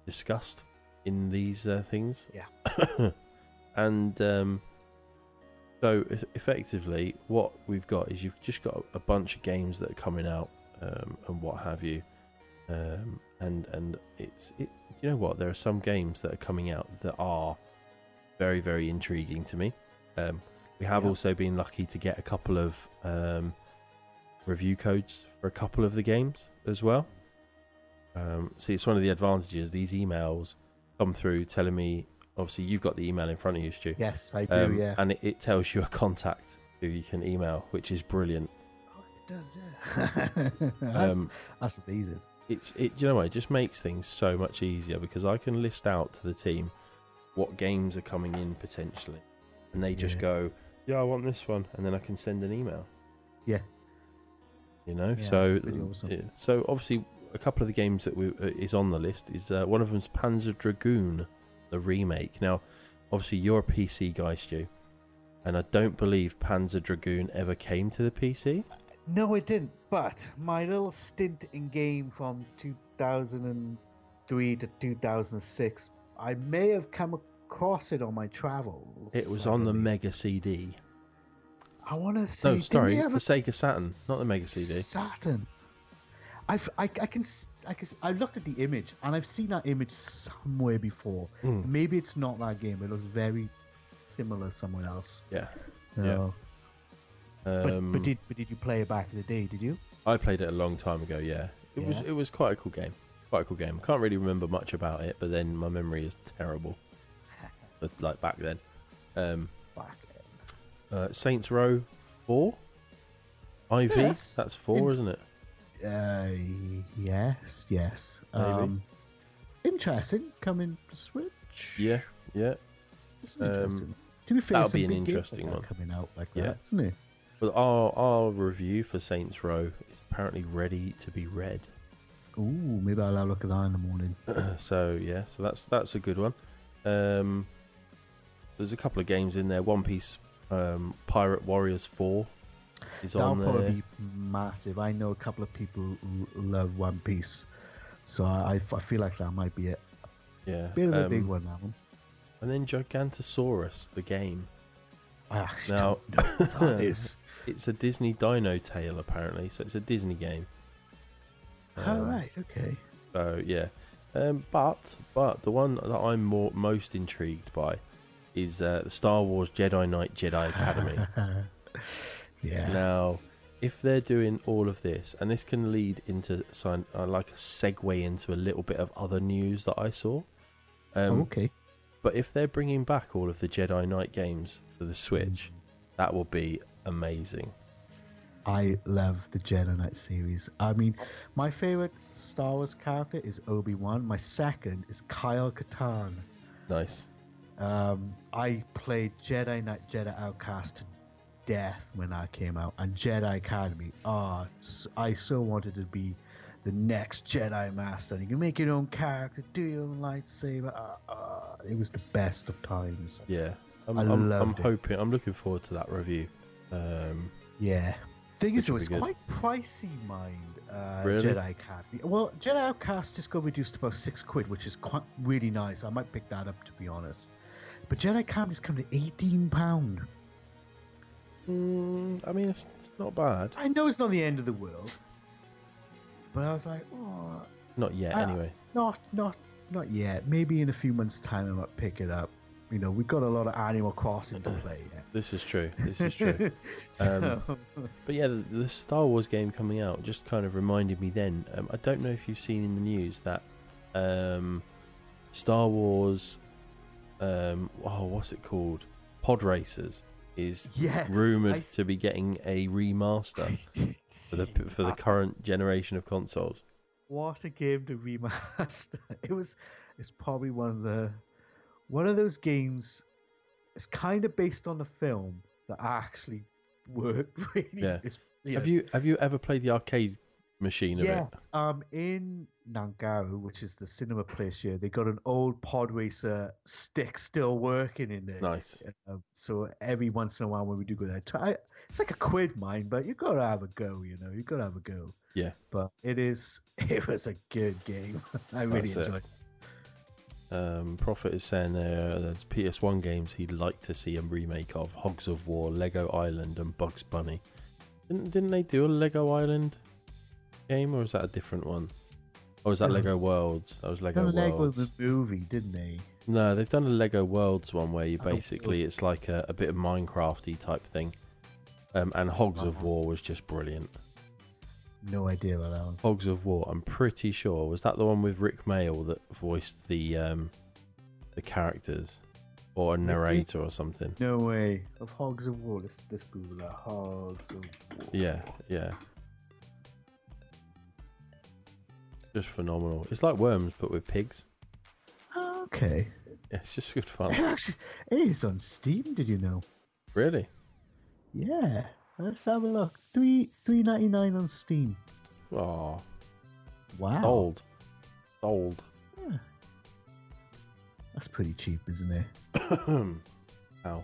Speaker 1: discussed in these uh, things. Yeah. and um, so e- effectively, what we've got is you've just got a bunch of games that are coming out um, and what have you. Um, and and it's it. You know what? There are some games that are coming out that are very very intriguing to me. Um, we have
Speaker 2: Yeah.
Speaker 1: also been lucky to get a couple of um, review codes for a couple of the games as well. Um, see, it's one of the advantages. These emails come through telling me. Obviously, you've got the email in front of you, Stu.
Speaker 2: Yes, I do,
Speaker 1: Um,
Speaker 2: yeah.
Speaker 1: And it, it tells you a contact who you can email, which is brilliant.
Speaker 2: Oh, it does, yeah. that's,
Speaker 1: Um,
Speaker 2: that's amazing.
Speaker 1: it's it. You know what? It just makes things so much easier because I can list out to the team what games are coming in potentially, and they just
Speaker 2: Yeah.
Speaker 1: go, "Yeah, I want this one," and then I can send an email.
Speaker 2: Yeah.
Speaker 1: You know,
Speaker 2: Yeah,
Speaker 1: so
Speaker 2: that's pretty awesome.
Speaker 1: yeah. so obviously a couple of the games that we, uh, is on the list is uh, one of them's Panzer Dragoon, the remake. Now, obviously you're a PC guy, Stu, and I don't believe Panzer Dragoon ever came to the PC.
Speaker 2: No, it didn't. But my little stint in game from 2003 to 2006, I may have come across it on my travels.
Speaker 1: It was
Speaker 2: I
Speaker 1: on the
Speaker 2: believe.
Speaker 1: Mega CD.
Speaker 2: I want to say.
Speaker 1: No,
Speaker 2: didn't
Speaker 1: sorry,
Speaker 2: we
Speaker 1: the
Speaker 2: have a
Speaker 1: Sega Saturn, not the Mega CD.
Speaker 2: Saturn. I've, I, I can. s- I, can, s- I looked at the image and I've seen that image somewhere before.
Speaker 1: Mm.
Speaker 2: Maybe it's not that game. It looks very similar somewhere else.
Speaker 1: Yeah.
Speaker 2: No. but,
Speaker 1: Um,
Speaker 2: but did but did you play it back in the day? Did you?
Speaker 1: I played it a long time ago. Yeah, it was
Speaker 2: Yeah.
Speaker 1: it was quite a cool game. Quite a cool game. Can't really remember much about it, but then my memory is terrible. But, like back then, um,
Speaker 2: Back. then.
Speaker 1: uh, Saints Row Four, IV.
Speaker 2: Yes.
Speaker 1: That's four, isn't it?
Speaker 2: Uh, yes, yes.
Speaker 1: Maybe.
Speaker 2: Um, interesting coming to Switch.
Speaker 1: Yeah, yeah.
Speaker 2: It's
Speaker 1: um,
Speaker 2: interesting. to be fair,
Speaker 1: that'll
Speaker 2: some
Speaker 1: be an
Speaker 2: big games like
Speaker 1: interesting
Speaker 2: that
Speaker 1: one.
Speaker 2: coming out like
Speaker 1: Yeah.
Speaker 2: that, isn't it?
Speaker 1: But our our review for Saints Row is apparently ready to be read.
Speaker 2: Ooh, maybe I'll have a look at that in the morning.
Speaker 1: so yeah, so that's that's a good one. Um, there's a couple of games in there. One Piece, um, Pirate Warriors Four is
Speaker 2: That'll
Speaker 1: on there.
Speaker 2: probably be massive. I know a couple of people who love One Piece, so I, I f- I feel like that might be a
Speaker 1: yeah,
Speaker 2: bit of a big
Speaker 1: um,
Speaker 2: one. That one.
Speaker 1: And then Gigantosaurus, the game.
Speaker 2: I actually
Speaker 1: Now
Speaker 2: don't know what that is.
Speaker 1: it's a Disney Dino Tale apparently, so it's a Disney game.
Speaker 2: All
Speaker 1: Um,
Speaker 2: right, okay.
Speaker 1: So yeah, um, but but the one that I'm more most intrigued by is uh, the Star Wars Jedi Knight Jedi Academy.
Speaker 2: yeah.
Speaker 1: Now, if they're doing all of this, and this can lead into sign, I like a segue into a little bit of other news that I saw. Um,
Speaker 2: okay.
Speaker 1: But if they're bringing back all of the Jedi Knight games for the Switch, that will be amazing.
Speaker 2: I love the Jedi Knight series. I mean, my favorite Star Wars character is Obi Wan. My second is Kyle Katarn.
Speaker 1: Nice.
Speaker 2: Um, I played Jedi Knight, Jedi Outcast to death when that came out, and Jedi Academy. Ah, s I I so wanted to be the next Jedi Master. You can make your own character, do your own lightsaber. Ah, ah, it was the best of times.
Speaker 1: Yeah. I'm,
Speaker 2: I
Speaker 1: I'm, I'm
Speaker 2: loved it.
Speaker 1: hoping. I'm looking forward to that review. Um,
Speaker 2: Yeah. Thing is,
Speaker 1: Which
Speaker 2: though,
Speaker 1: would
Speaker 2: it's
Speaker 1: be good.
Speaker 2: quite pricey, mind. Uh,
Speaker 1: Really?
Speaker 2: Jedi Academy. Well, Jedi Outcast just got reduced to about six quid, which is quite really nice. I might pick that up to be honest. But Jedi Academy's come to eighteen pound.
Speaker 1: mm, I mean, it's, it's not bad.
Speaker 2: I know it's not the end of the world, but I was like, oh,
Speaker 1: Not yet,
Speaker 2: Ah.
Speaker 1: anyway.
Speaker 2: not, not, not yet. Maybe in a few months' time, I might pick it up. You know, we've got a lot of Animal Crossing to play. Yet.
Speaker 1: This is true. This is true.
Speaker 2: so,
Speaker 1: Um, But yeah, the, the Star Wars game coming out just kind of reminded me then. Um, I don't know if you've seen in the news that um, Star Wars, um, oh, what's it called? Pod Racers is
Speaker 2: yes,
Speaker 1: rumored
Speaker 2: I-
Speaker 1: to be getting a remaster
Speaker 2: I did
Speaker 1: for the
Speaker 2: see
Speaker 1: for the
Speaker 2: that.
Speaker 1: current generation of consoles.
Speaker 2: what a game to remaster! It was. It's probably one of the one of those games. It's kind of based on the film that actually worked. Really,
Speaker 1: Yeah.
Speaker 2: It's-
Speaker 1: Have you have you ever played the arcade machine of
Speaker 2: Yes,
Speaker 1: it?
Speaker 2: um, in Nangaru, which is the cinema place here, they got an old pod racer stick still working in there.
Speaker 1: Nice.
Speaker 2: Um, so every once in a while, when we do go there, try, it's like a quid mine, but you gotta have a go. You know, you gotta have a go.
Speaker 1: Yeah.
Speaker 2: But it is, it was a good game. I really
Speaker 1: That's it.
Speaker 2: enjoyed. It.
Speaker 1: Um, Prophet is saying there uh, there's PS1 games he'd like to see a remake of Hogs of War, Lego Island, and Bugs Bunny. Didn't, didn't they do a Lego Island game, or is that a different one? Or is that
Speaker 2: No.
Speaker 1: Lego Worlds? That was Lego
Speaker 2: Done a Lego
Speaker 1: Worlds.
Speaker 2: the movie, didn't they?
Speaker 1: No, they've done a Lego Worlds one where you
Speaker 2: Oh, cool.
Speaker 1: basically it's like a, a bit of Minecrafty type thing. Um, and Hogs of
Speaker 2: Uh-huh.
Speaker 1: War was just brilliant.
Speaker 2: No idea about that one.
Speaker 1: Hogs of War, I'm pretty sure was that the one with Rick Mayall that voiced the um, the characters or a
Speaker 2: Ricky?
Speaker 1: narrator or something.
Speaker 2: No way. Of Hogs of War. Let's, let's Google that. Hogs of War.
Speaker 1: Yeah, yeah. Just phenomenal. It's like worms but with pigs.
Speaker 2: Okay.
Speaker 1: Yeah, it's just good
Speaker 2: It
Speaker 1: fun.
Speaker 2: actually it is on Steam. Did you know?
Speaker 1: really?
Speaker 2: Yeah. Let's have a look. Three three ninety nine on Steam.
Speaker 1: Oh,
Speaker 2: Wow.
Speaker 1: old, old.
Speaker 2: Yeah. That's pretty cheap, isn't it?
Speaker 1: Ow.
Speaker 2: I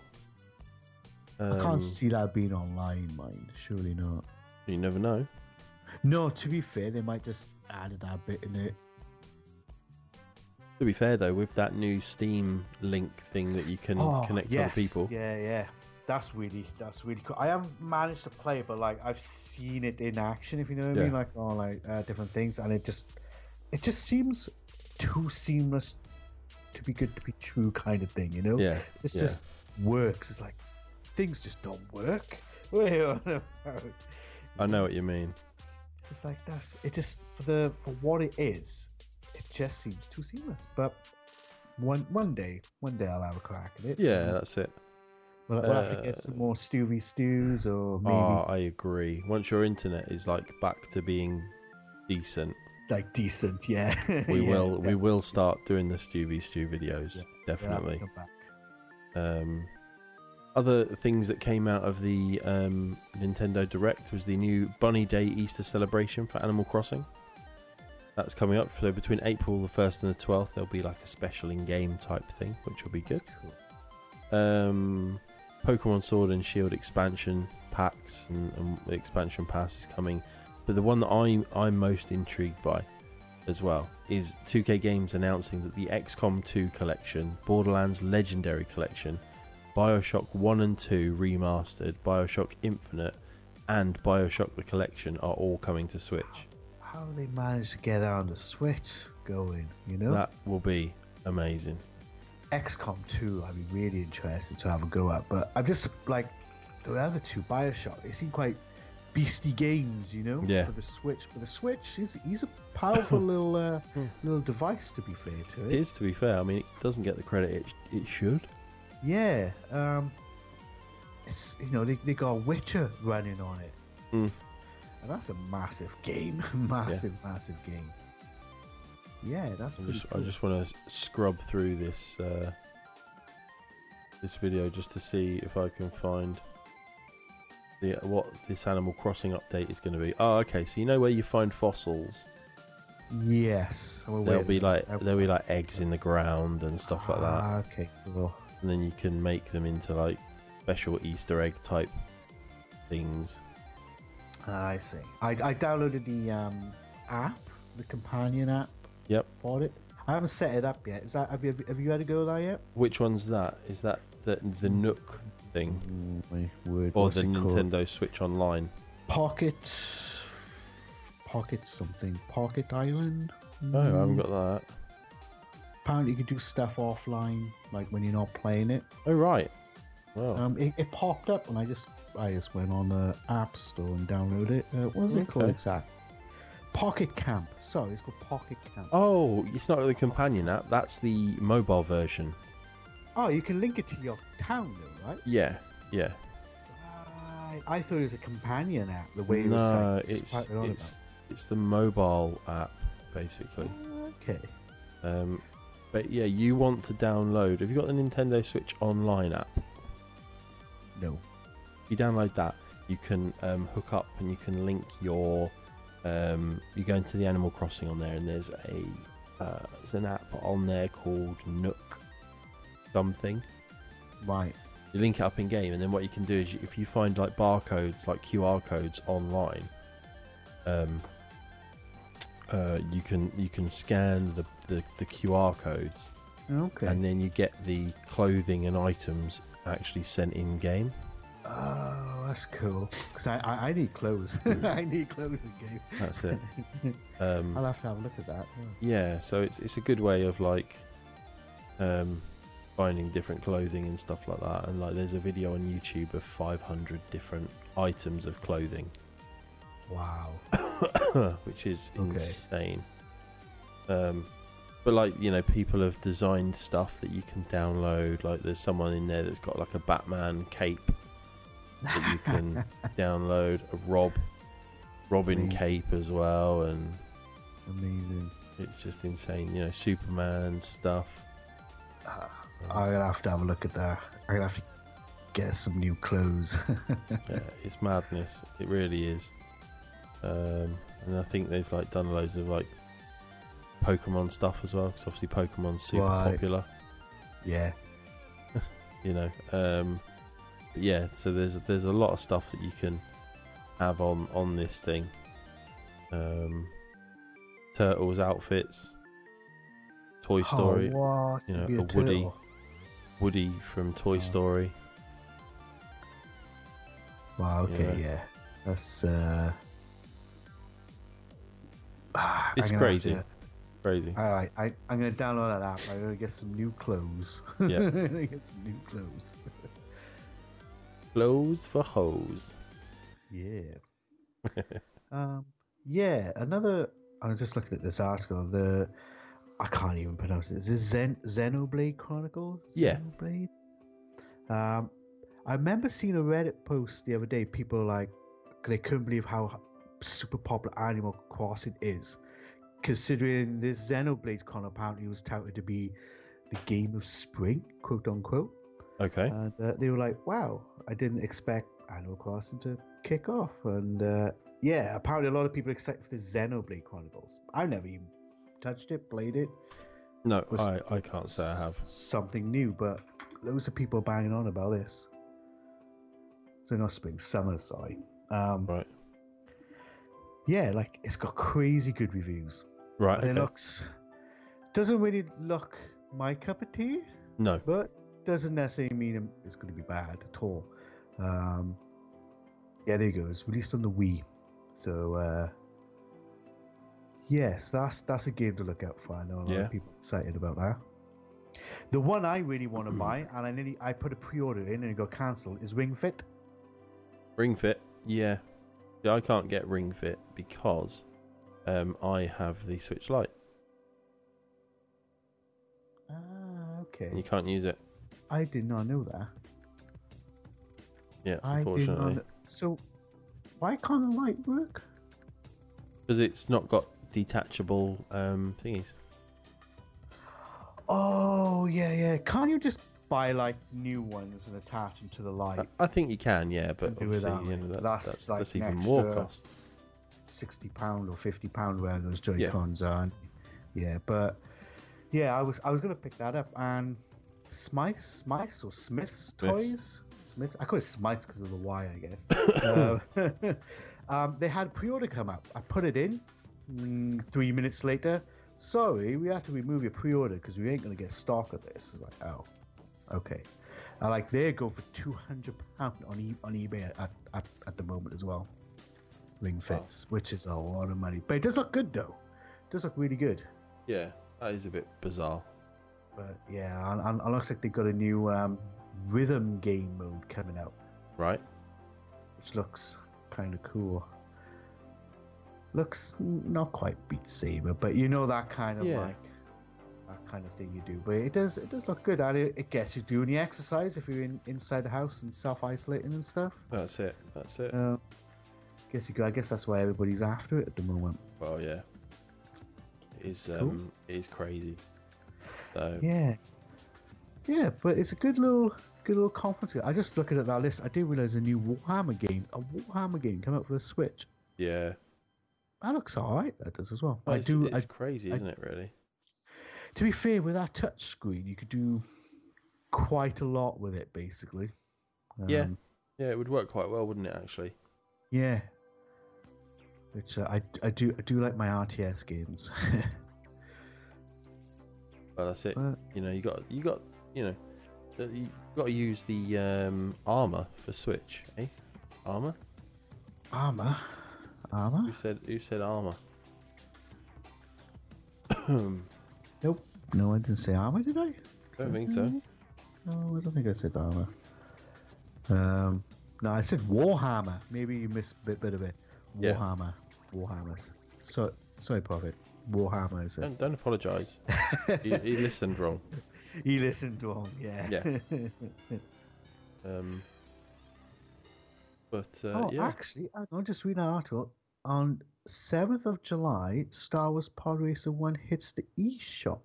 Speaker 1: Um,
Speaker 2: can't see that being online, mind. Surely not.
Speaker 1: You never know.
Speaker 2: No, to be fair, they might just add that bit in it.
Speaker 1: To be fair though, with that new Steam link thing that you can connect to
Speaker 2: Oh, yes.
Speaker 1: other people,
Speaker 2: Yeah, yeah. That's really that's really cool. I haven't managed to play it, but like I've seen it in action. If you know what I
Speaker 1: Yeah.
Speaker 2: mean, like all like uh, different things, and it just it just seems too seamless to be good to be true, kind of thing. You know?
Speaker 1: yeah,
Speaker 2: This
Speaker 1: yeah.
Speaker 2: just works. It's like things just don't work. What are you on about?
Speaker 1: I know what you mean.
Speaker 2: It's just like that's it. Just for the for what it is, it just seems too seamless. But one one day, one day I'll have a crack at it.
Speaker 1: Yeah, that's it.
Speaker 2: we'll, we'll have to get
Speaker 1: uh,
Speaker 2: some more Stewie stews or maybe
Speaker 1: Oh, I agree. Once your internet is like back to being decent,
Speaker 2: like decent. Yeah,
Speaker 1: we
Speaker 2: Yeah,
Speaker 1: will we
Speaker 2: yeah,
Speaker 1: will start doing the Stevie Stew videos.
Speaker 2: Yeah, we'll have to
Speaker 1: Definitely.
Speaker 2: come back.
Speaker 1: Um, other things that came out of the um, Nintendo Direct was the new Bunny Day Easter celebration for Animal Crossing. That's coming up. So between April the first and the twelfth, there'll be like a special in-game type thing, which will be good.
Speaker 2: That's cool.
Speaker 1: Um, Pokemon Sword and Shield expansion packs and, and expansion pass is coming, but the one that I'm I'm most intrigued by as well is 2K Games announcing that the XCOM 2 collection, Borderlands Legendary collection, BioShock 1 and 2 remastered, BioShock Infinite, and BioShock the collection are all coming to Switch.
Speaker 2: How they managed to get on the Switch going? You know,
Speaker 1: That will be amazing.
Speaker 2: XCOM 2, I'd be really interested to have a go at, but I'm just like the other two, Bioshock, they seem quite beastie games, you know?
Speaker 1: Yeah.
Speaker 2: For the Switch. But the Switch, he's, he's a powerful little uh,
Speaker 1: Hmm.
Speaker 2: little device, to be fair to
Speaker 1: It
Speaker 2: it.
Speaker 1: is, to be fair. I mean, it doesn't get the credit it, it should.
Speaker 2: Yeah. Um, it's, you know, they, they got Witcher running on it.
Speaker 1: Mm.
Speaker 2: And that's a massive game. massive, massive game. Yeah, that's
Speaker 1: I
Speaker 2: pretty
Speaker 1: just, I
Speaker 2: cool.
Speaker 1: just want to scrub through this uh, this video just to see if I can find the what this Animal Crossing update is going to be. Oh, okay. So you know where you find fossils?
Speaker 2: Yes. I'm aware
Speaker 1: There'll be
Speaker 2: of
Speaker 1: like
Speaker 2: that.
Speaker 1: there'll be like eggs in the ground and stuff like that,
Speaker 2: Ah, okay, cool.
Speaker 1: and then you can make them into like special Easter egg type things.
Speaker 2: I see. I, I downloaded the um, app, the companion app
Speaker 1: Yep.
Speaker 2: for it. I haven't set it up yet. Is that have you have you had a go at that yet?
Speaker 1: Which one's that? Is that the the
Speaker 2: Hmm.
Speaker 1: Nook thing
Speaker 2: my word!
Speaker 1: or the Nintendo Switch Online?
Speaker 2: Pocket, Pocket something, Pocket Island.
Speaker 1: No, Oh, I haven't got that.
Speaker 2: Apparently, you can do stuff offline, like when you're not playing it.
Speaker 1: Oh right. Well,
Speaker 2: Um, it, it popped up, and I just I just went on the app store and downloaded it. Uh, what was it called
Speaker 1: Okay.
Speaker 2: exactly? Pocket Camp. Sorry, it's called Pocket Camp.
Speaker 1: Oh, it's not the companion app. That's the mobile version.
Speaker 2: Oh, you can link it to your town, though, right?
Speaker 1: Yeah, yeah.
Speaker 2: Right. I thought it was a companion app. The way it was
Speaker 1: no,
Speaker 2: like,
Speaker 1: it's
Speaker 2: spouted on
Speaker 1: it's, it's the mobile app. basically.
Speaker 2: Okay.
Speaker 1: Um, but yeah, you want to download. Have you got the Nintendo Switch Online app?
Speaker 2: No.
Speaker 1: If you download that, you can um, hook up and you can link your. Um, you go into the Animal Crossing on there, and there's a uh, there's an app on there called Nook something.
Speaker 2: Right.
Speaker 1: You link it up in game, and then what you can do is you, if you find like barcodes, like QR codes online, um, uh, you can you can scan the, the, the QR codes,
Speaker 2: Okay.
Speaker 1: and then you get the clothing and items actually sent in game.
Speaker 2: oh, that's cool. Because I, I, I need clothes. I need clothes in game.
Speaker 1: That's it. um,
Speaker 2: I'll have to have a look at that. yeah.
Speaker 1: Yeah, so it's it's a good way of like um finding different clothing and stuff like that and like there's a video on YouTube of 500 different items of clothing
Speaker 2: Wow.
Speaker 1: which is
Speaker 2: Okay.
Speaker 1: insane. Um but like you know people have designed stuff that you can download like there's someone in there that's got like a Batman cape that you can download a Rob Robin
Speaker 2: Mm.
Speaker 1: cape as well and
Speaker 2: Amazing.
Speaker 1: it's just insane you know Superman stuff
Speaker 2: Uh, I'm gonna have to have a look at that. I'm gonna have to get some new clothes.
Speaker 1: yeah, it's madness. It really is. Um, and I think they've like done loads of like Pokemon stuff as well, because obviously Pokemon's super
Speaker 2: Right.
Speaker 1: popular.
Speaker 2: yeah.
Speaker 1: You know. Um, but yeah. So there's there's a lot of stuff that you can have on on this thing. Um, turtles outfits, Toy Story,
Speaker 2: Oh, what?
Speaker 1: you know,
Speaker 2: Be
Speaker 1: a Woody.
Speaker 2: turtle.
Speaker 1: Woody from Toy
Speaker 2: Oh.
Speaker 1: Story.
Speaker 2: Wow. Okay.
Speaker 1: Yeah.
Speaker 2: Yeah. That's. uh ah, I'm
Speaker 1: It's
Speaker 2: gonna have
Speaker 1: crazy.
Speaker 2: to-
Speaker 1: Crazy.
Speaker 2: All right, I, I'm gonna download that app. I'm gonna get some new clothes.
Speaker 1: Yeah.
Speaker 2: I'm gonna get some new clothes.
Speaker 1: Clothes for hose.
Speaker 2: Yeah. um, yeah. Another. I was just looking at this article. The I can't even pronounce it. Is this Zen Xenoblade Chronicles?
Speaker 1: Yeah.
Speaker 2: Xenoblade. Um, I remember seeing a Reddit post the other day. People like they couldn't believe how super popular Animal Crossing is, considering this Xenoblade Con apparently was touted to be the game of spring, quote unquote.
Speaker 1: Okay.
Speaker 2: And uh, they were like, wow, I didn't expect Animal Crossing to kick off. And uh, yeah, apparently a lot of people are excited for the Xenoblade Chronicles. I've never even touched it, played it.
Speaker 1: No,
Speaker 2: was-
Speaker 1: I, I can't say I have.
Speaker 2: S- Something new, but loads of people are banging on about this. So, not spring, summer, sorry. Um,
Speaker 1: Right.
Speaker 2: Yeah, like it's got crazy good reviews.
Speaker 1: Right.
Speaker 2: And
Speaker 1: Okay.
Speaker 2: it looks. Doesn't really look my cup of tea.
Speaker 1: No.
Speaker 2: but doesn't necessarily mean it's going to be bad at all. Um, yeah, there you go. It's released on the Wii, so uh, yes, that's that's a game to look out for. I know a lot
Speaker 1: Yeah.
Speaker 2: of people excited about that. The one I really want to buy, and I nearly I put a pre-order in and it got cancelled, is Ring Fit.
Speaker 1: Ring Fit, yeah. Yeah, I can't get Ring Fit because um, I have the Switch Lite
Speaker 2: Ah,
Speaker 1: and you
Speaker 2: okay.
Speaker 1: can't use it.
Speaker 2: I did not know that.
Speaker 1: Yeah,
Speaker 2: I did not.
Speaker 1: unfortunately,
Speaker 2: Know. So why can't a light work?
Speaker 1: because it's not got detachable um, thingies.
Speaker 2: Oh yeah, yeah. Can't you just buy like new ones and attach them to the
Speaker 1: I,
Speaker 2: light?
Speaker 1: I think you can, yeah, but
Speaker 2: Can do it
Speaker 1: obviously,
Speaker 2: that
Speaker 1: you
Speaker 2: way.
Speaker 1: know, that's that's,
Speaker 2: That's
Speaker 1: that's,
Speaker 2: like an
Speaker 1: even more
Speaker 2: extra-
Speaker 1: cost.
Speaker 2: Sixty pound or fifty pound where those Joy Cons are. aren't they? Yeah, but yeah, I was I was gonna pick that up and Smiths, Smiths or Smiths toys. Smiths. I call it Smiths because of the Y, I guess. um, um, they had pre-order come up. I put it in. Mm, three minutes later, sorry, we have to remove your pre-order because we ain't gonna get stock of this. It's like, oh, okay. And like they go for two hundred pound on e- on eBay at, at, at the moment as well. Ring fits, which is a lot of money, but it does look good though. It does look really good.
Speaker 1: Yeah, that is a bit bizarre.
Speaker 2: But yeah, and, and it looks like they got a new um, rhythm game mode coming out,
Speaker 1: Right?
Speaker 2: which looks kind of cool. Looks n- not quite Beat Saber, but you know that kind of
Speaker 1: Yeah.
Speaker 2: like that kind of thing you do. But it does it does look good, and it, it gets you doing the exercise if you're in, inside the house and self isolating and stuff.
Speaker 1: That's it. That's it.
Speaker 2: Um, guess you go. I guess that's why everybody's after it at the moment.
Speaker 1: Well, yeah. is um, is crazy. So
Speaker 2: Yeah. Yeah, but it's a good little good little conference. I just looking at that list, I didn't realise a new Warhammer game, a Warhammer game coming out for the Switch.
Speaker 1: yeah,
Speaker 2: That looks alright, that does as well. I
Speaker 1: It's-
Speaker 2: do
Speaker 1: It's
Speaker 2: I,
Speaker 1: crazy,
Speaker 2: I-
Speaker 1: isn't it? Really.
Speaker 2: to be fair, with that touch screen you could do quite a lot with it basically.
Speaker 1: Yeah.
Speaker 2: Um,
Speaker 1: Yeah, it would work quite well, wouldn't it? Actually.
Speaker 2: Yeah. Which uh, I, I do I do like my RTS games.
Speaker 1: Well, that's it.
Speaker 2: But-
Speaker 1: You know, you got you got you know, uh, you got to use the um, armor for Switch. Eh? Armor?
Speaker 2: armor, armor.
Speaker 1: Who said who said armor?
Speaker 2: Nope. No, I didn't say armor, did I?
Speaker 1: Don't think so.
Speaker 2: No, I don't think I said armor. Um, no, I said Warhammer. Maybe you missed a bit, bit of it.
Speaker 1: Yeah.
Speaker 2: Warhammer. Warhammers. So, sorry, Prophet. Warhammer is it.
Speaker 1: Don't don't apologise. he, he listened wrong.
Speaker 2: He listened to him, yeah.
Speaker 1: Yeah. Uh, Um, but uh,
Speaker 2: oh,
Speaker 1: yeah,
Speaker 2: actually, hang on, just read an article. On 7th of July, Star Wars Pod Racer 1 hits the eShop.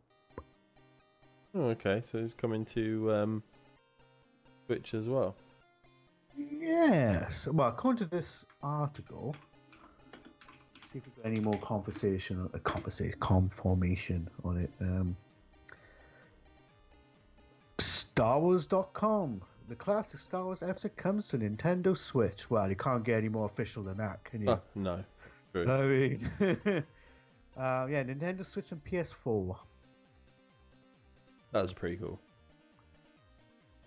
Speaker 1: oh, okay. So it's coming to um, Switch as well.
Speaker 2: Yes. Well, according to this article, let's see if we've got any more conversation, a conversation, conformation on it. Um, StarWars.com. The classic Star Wars episode comes to Nintendo Switch. Well, you can't get any more official than that, can you?
Speaker 1: Ah, no, true.
Speaker 2: I mean, uh, yeah, Nintendo Switch and PS4.
Speaker 1: That's pretty cool.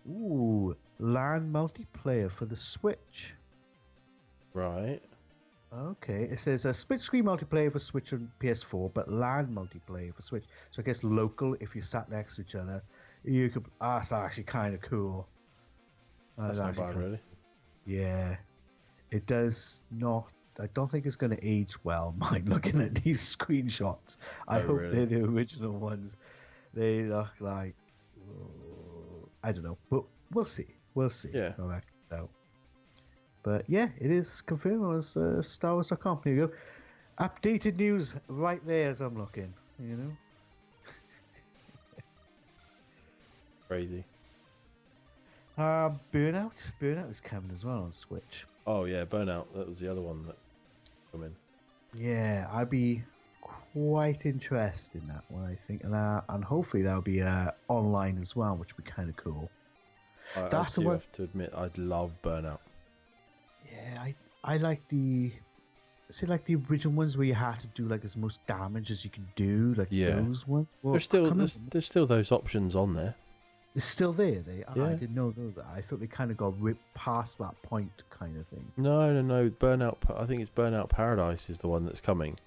Speaker 2: Ooh, LAN multiplayer for the Switch.
Speaker 1: Right.
Speaker 2: Okay, it says a split screen multiplayer for Switch and PS4, but LAN multiplayer for Switch. So I guess local, if you sat next to each other, you could. ah, That's actually kind of cool. Uh,
Speaker 1: That's
Speaker 2: that
Speaker 1: not
Speaker 2: actually
Speaker 1: bad,
Speaker 2: kinda-
Speaker 1: really.
Speaker 2: Yeah, it does not. I don't think it's going to age well. Mine looking at these screenshots. I
Speaker 1: Oh,
Speaker 2: hope
Speaker 1: really?
Speaker 2: they're the original ones. They look like oh, I don't know, but we'll see. We'll see.
Speaker 1: Yeah.
Speaker 2: How that comes out. But yeah, it is confirmed on uh, Star Wars.com. Here you go. Updated news right there as I'm looking. You know.
Speaker 1: Crazy.
Speaker 2: Um, Burnout. Burnout is coming as well on Switch.
Speaker 1: Oh yeah, Burnout. That was the other one that come in.
Speaker 2: Yeah, I'd be quite interested in that one, I think, and uh, and hopefully that'll be uh, online as well, which would be kind of cool.
Speaker 1: I,
Speaker 2: That's
Speaker 1: I
Speaker 2: the
Speaker 1: do
Speaker 2: one-
Speaker 1: have to admit, I'd love Burnout.
Speaker 2: Yeah, I I like the. See, like the original ones where you had to do like as much damage as you can do, like
Speaker 1: Yeah.
Speaker 2: those ones. Well,
Speaker 1: There's still
Speaker 2: come on,
Speaker 1: there's, there's still those options on there.
Speaker 2: it's still there. They, Ah, I
Speaker 1: Yeah.
Speaker 2: didn't know those. I thought they kind of got ripped past that point, kind of thing.
Speaker 1: No, no, no. Burnout. Pa- I think it's Burnout Paradise is the one that's coming.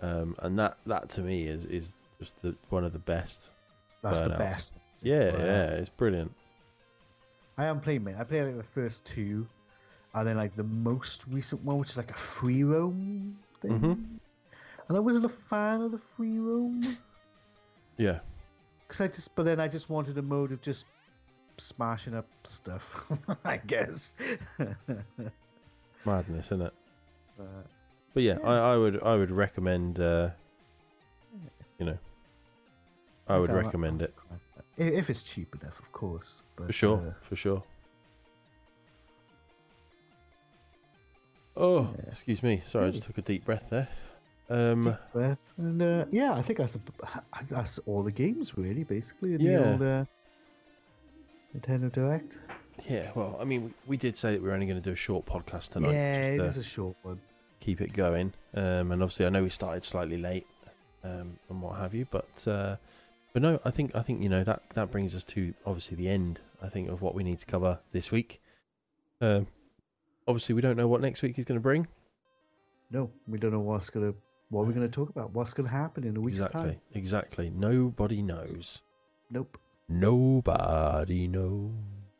Speaker 1: Um, and that that to me is is just the one of the best.
Speaker 2: That's the
Speaker 1: Burnouts.
Speaker 2: best. ones.
Speaker 1: Yeah,
Speaker 2: Burnout.
Speaker 1: yeah, it's brilliant.
Speaker 2: I haven't played many. I played like the first two, and then like the most recent one, which is like a free roam thing.
Speaker 1: Mhm.
Speaker 2: And I wasn't a fan of the free roam
Speaker 1: Yeah,
Speaker 2: because I just, but then I just wanted a mode of just smashing up stuff. I guess.
Speaker 1: madness, isn't it?
Speaker 2: But,
Speaker 1: But yeah, I, I would I would recommend. Uh, you know, I would
Speaker 2: Okay, I'll-
Speaker 1: recommend it
Speaker 2: i- if it's cheap enough, of course. But,
Speaker 1: for sure,
Speaker 2: uh,
Speaker 1: for sure. Oh, excuse me. Sorry, I just took a deep breath there. Um,
Speaker 2: but, and, uh, yeah, I think that's a, that's all the games really, basically. in the
Speaker 1: Yeah.
Speaker 2: old, uh, Nintendo Direct.
Speaker 1: Yeah, well, I mean, we, we did say that we were only going to do a short podcast tonight.
Speaker 2: yeah,
Speaker 1: just uh,
Speaker 2: it
Speaker 1: to
Speaker 2: was a short one.
Speaker 1: keep it going. Um, and obviously, I know we started slightly late, um, and what have you, but uh, but no, I think I think you know that that brings us to obviously the end. I think of what we need to cover this week. Um, obviously, we don't know what next week is going to bring.
Speaker 2: No, we don't know what's gonna what we're gonna talk about. What's gonna happen in a week's
Speaker 1: exactly,
Speaker 2: time?
Speaker 1: exactly. Nobody knows.
Speaker 2: Nope.
Speaker 1: Nobody knows.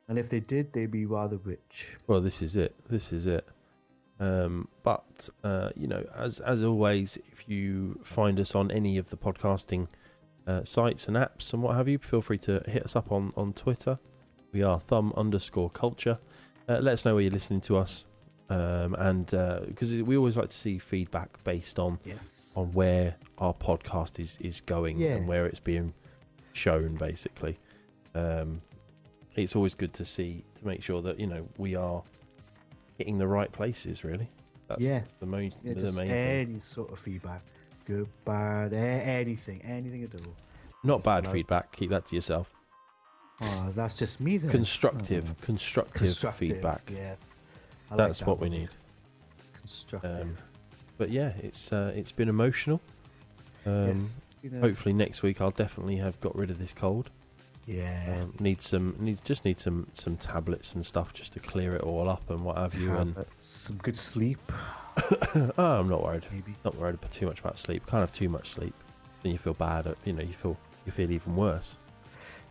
Speaker 2: And if they did, they'd be rather rich.
Speaker 1: Well, this is it. This is it. Um, but uh, you know, as as always, if you find us on any of the podcasting uh, sites and apps and what have you, feel free to hit us up on on Twitter. We are thumb underscore culture. Uh, let us know where you're listening to us. um, and because we always like to see feedback based on
Speaker 2: Yes.
Speaker 1: on where our podcast is is going
Speaker 2: Yeah.
Speaker 1: and where it's being shown basically um it's always good to see to make sure that you know we are hitting the right places really that's
Speaker 2: Yeah.
Speaker 1: the main
Speaker 2: Yeah,
Speaker 1: the
Speaker 2: just
Speaker 1: main thing.
Speaker 2: any sort of feedback, good, bad, a- anything, anything at all.
Speaker 1: not
Speaker 2: just
Speaker 1: bad
Speaker 2: about-
Speaker 1: feedback keep that to yourself
Speaker 2: Oh, that's just me then.
Speaker 1: constructive
Speaker 2: Oh,
Speaker 1: constructive,
Speaker 2: constructive
Speaker 1: feedback
Speaker 2: Yes, I like
Speaker 1: that's
Speaker 2: that
Speaker 1: what we
Speaker 2: word,
Speaker 1: need
Speaker 2: Constructive.
Speaker 1: um but yeah it's uh it's been emotional um
Speaker 2: yes. you know,
Speaker 1: hopefully next week i'll definitely have got rid of this cold
Speaker 2: Yeah.
Speaker 1: Um, need some need just need some some tablets and stuff just to clear it all up and what have you. And
Speaker 2: Have some good sleep,
Speaker 1: oh, I'm not worried.
Speaker 2: maybe.
Speaker 1: Not worried about too much about sleep. Can't have too much sleep. Then you feel bad. uh, You know, you feel you feel even worse.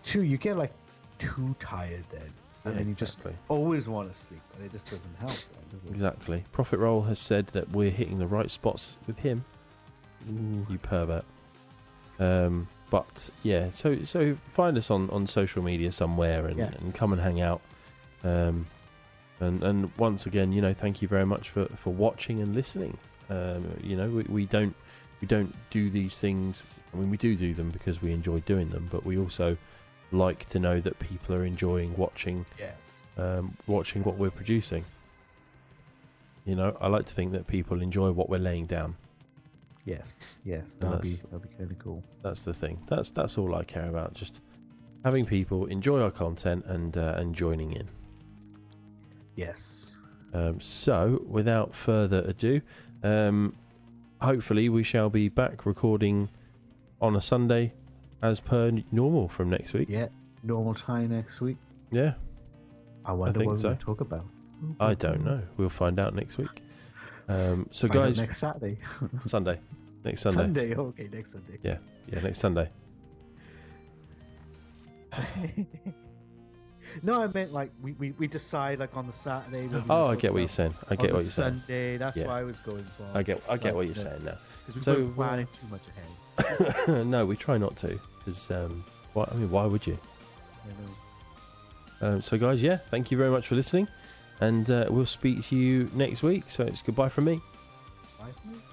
Speaker 2: Two, you get like too tired then, and
Speaker 1: Yeah,
Speaker 2: then you just
Speaker 1: exactly.
Speaker 2: always want to sleep, and it just doesn't help. Then, does it?
Speaker 1: Exactly. Profit Roll has said that we're hitting the right spots with him. You pervert. Um, but yeah, so so find us on, on social media somewhere and,
Speaker 2: Yes.
Speaker 1: and come and hang out. Um, and and once again, you know, thank you very much for, for watching and listening. Um, you know, we, we don't we don't do these things. I mean, we do do them because we enjoy doing them, but we also like to know that people are enjoying watching
Speaker 2: Yes.
Speaker 1: um, watching what we're producing. You know, I like to think that people enjoy what we're laying down.
Speaker 2: Yes. Yes. That'd be
Speaker 1: that's-
Speaker 2: that'd be kind of cool.
Speaker 1: That's the thing. That's that's all I care about. Just having people enjoy our content and uh, and joining in.
Speaker 2: Yes.
Speaker 1: Um, so, without further ado, um, hopefully we shall be back recording on a Sunday, as per normal from next week.
Speaker 2: Yeah. Normal time next week.
Speaker 1: Yeah,
Speaker 2: I wonder
Speaker 1: think
Speaker 2: what
Speaker 1: so.
Speaker 2: we're going to talk about.
Speaker 1: I don't know. We'll find out next week. Um, so,
Speaker 2: Find out
Speaker 1: guys,
Speaker 2: next Saturday.
Speaker 1: Sunday, next Sunday.
Speaker 2: Sunday. Okay, next Sunday.
Speaker 1: Yeah, next Sunday.
Speaker 2: no, I meant like we, we, we decide like on the Saturday. whether we
Speaker 1: Oh, I
Speaker 2: talk
Speaker 1: get what
Speaker 2: about-
Speaker 1: you're saying. I
Speaker 2: on
Speaker 1: get
Speaker 2: the
Speaker 1: what you're saying.
Speaker 2: Sunday, that's
Speaker 1: Yeah.
Speaker 2: what I was going for.
Speaker 1: I get I get
Speaker 2: Like,
Speaker 1: what you're
Speaker 2: yeah.
Speaker 1: saying
Speaker 2: Because we
Speaker 1: so,
Speaker 2: weren't planning too much ahead.
Speaker 1: now. no, we try not to, because um, why, I mean, why would you?
Speaker 2: You know.
Speaker 1: Um, so, guys, yeah, thank you very much for listening, and uh, we'll speak to you next week. So it's goodbye from me.
Speaker 2: Bye.